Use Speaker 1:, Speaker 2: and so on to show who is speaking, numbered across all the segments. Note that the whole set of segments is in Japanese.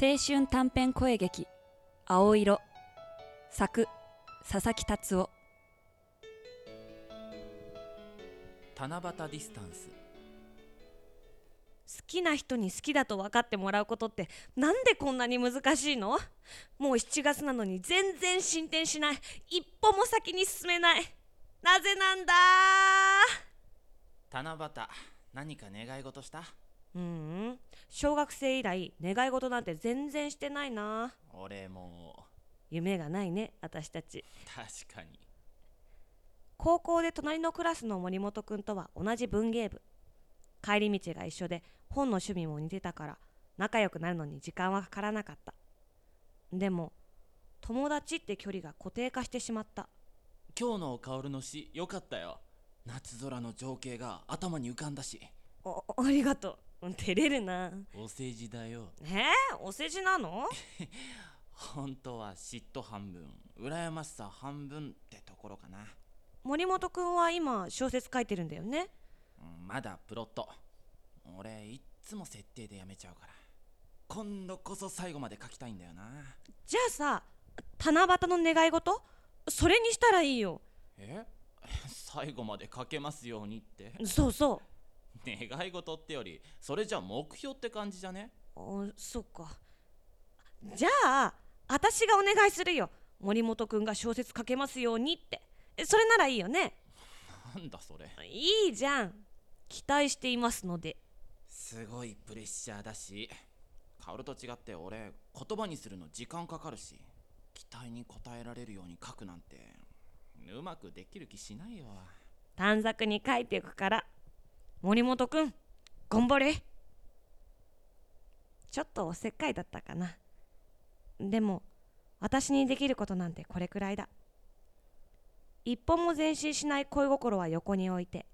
Speaker 1: 青春短編声劇「青色」作佐々木達夫
Speaker 2: 七夕ディスタンス
Speaker 3: 好きな人に好きだと分かってもらうことってなんでこんなに難しいのもう7月なのに全然進展しない一歩も先に進めないなぜなんだ
Speaker 2: 七夕何か願い事した
Speaker 3: うーん小学生以来願い事なんて全然してないな
Speaker 2: 俺も
Speaker 3: 夢がないね私たち
Speaker 2: 確かに
Speaker 3: 高校で隣のクラスの森本君とは同じ文芸部帰り道が一緒で本の趣味も似てたから仲良くなるのに時間はかからなかったでも友達って距離が固定化してしまった
Speaker 2: 今日の薫の詩良かったよ夏空の情景が頭に浮かんだし
Speaker 3: おありがとううん照れるな
Speaker 2: お世辞だよ
Speaker 3: えー、お世辞なの
Speaker 2: 本当は嫉妬半分羨ましさ半分ってところかな、
Speaker 3: 森本君は今小説書いてるんだよね
Speaker 2: うんまだプロット俺いっつも設定でやめちゃうから今度こそ最後まで書きたいんだよな
Speaker 3: じゃあさ七夕の願い事それにしたらいいよ
Speaker 2: え 最後まで書けますようにって
Speaker 3: そうそ
Speaker 2: 願い事ってよりそれじゃ目標って感じじゃね
Speaker 3: うおそっかじゃあ私がお願いするよ森本君が小説書けますようにってえそれならいいよね
Speaker 2: なんだそれ
Speaker 3: いいじゃん期待していますのです
Speaker 2: ごいプレッシャーだしカオルと違って俺言葉にするの時間かかるし期待に応えられるように書くなんてうまくできる気しないよ
Speaker 3: 短冊に書いていくから森本君頑張れちょっとおせっかいだったかなでも私にできることなんてこれくらいだ一歩も前進しない恋心は横に置いて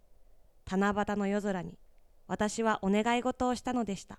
Speaker 3: 七夕の夜空に私はお願い事をしたのでした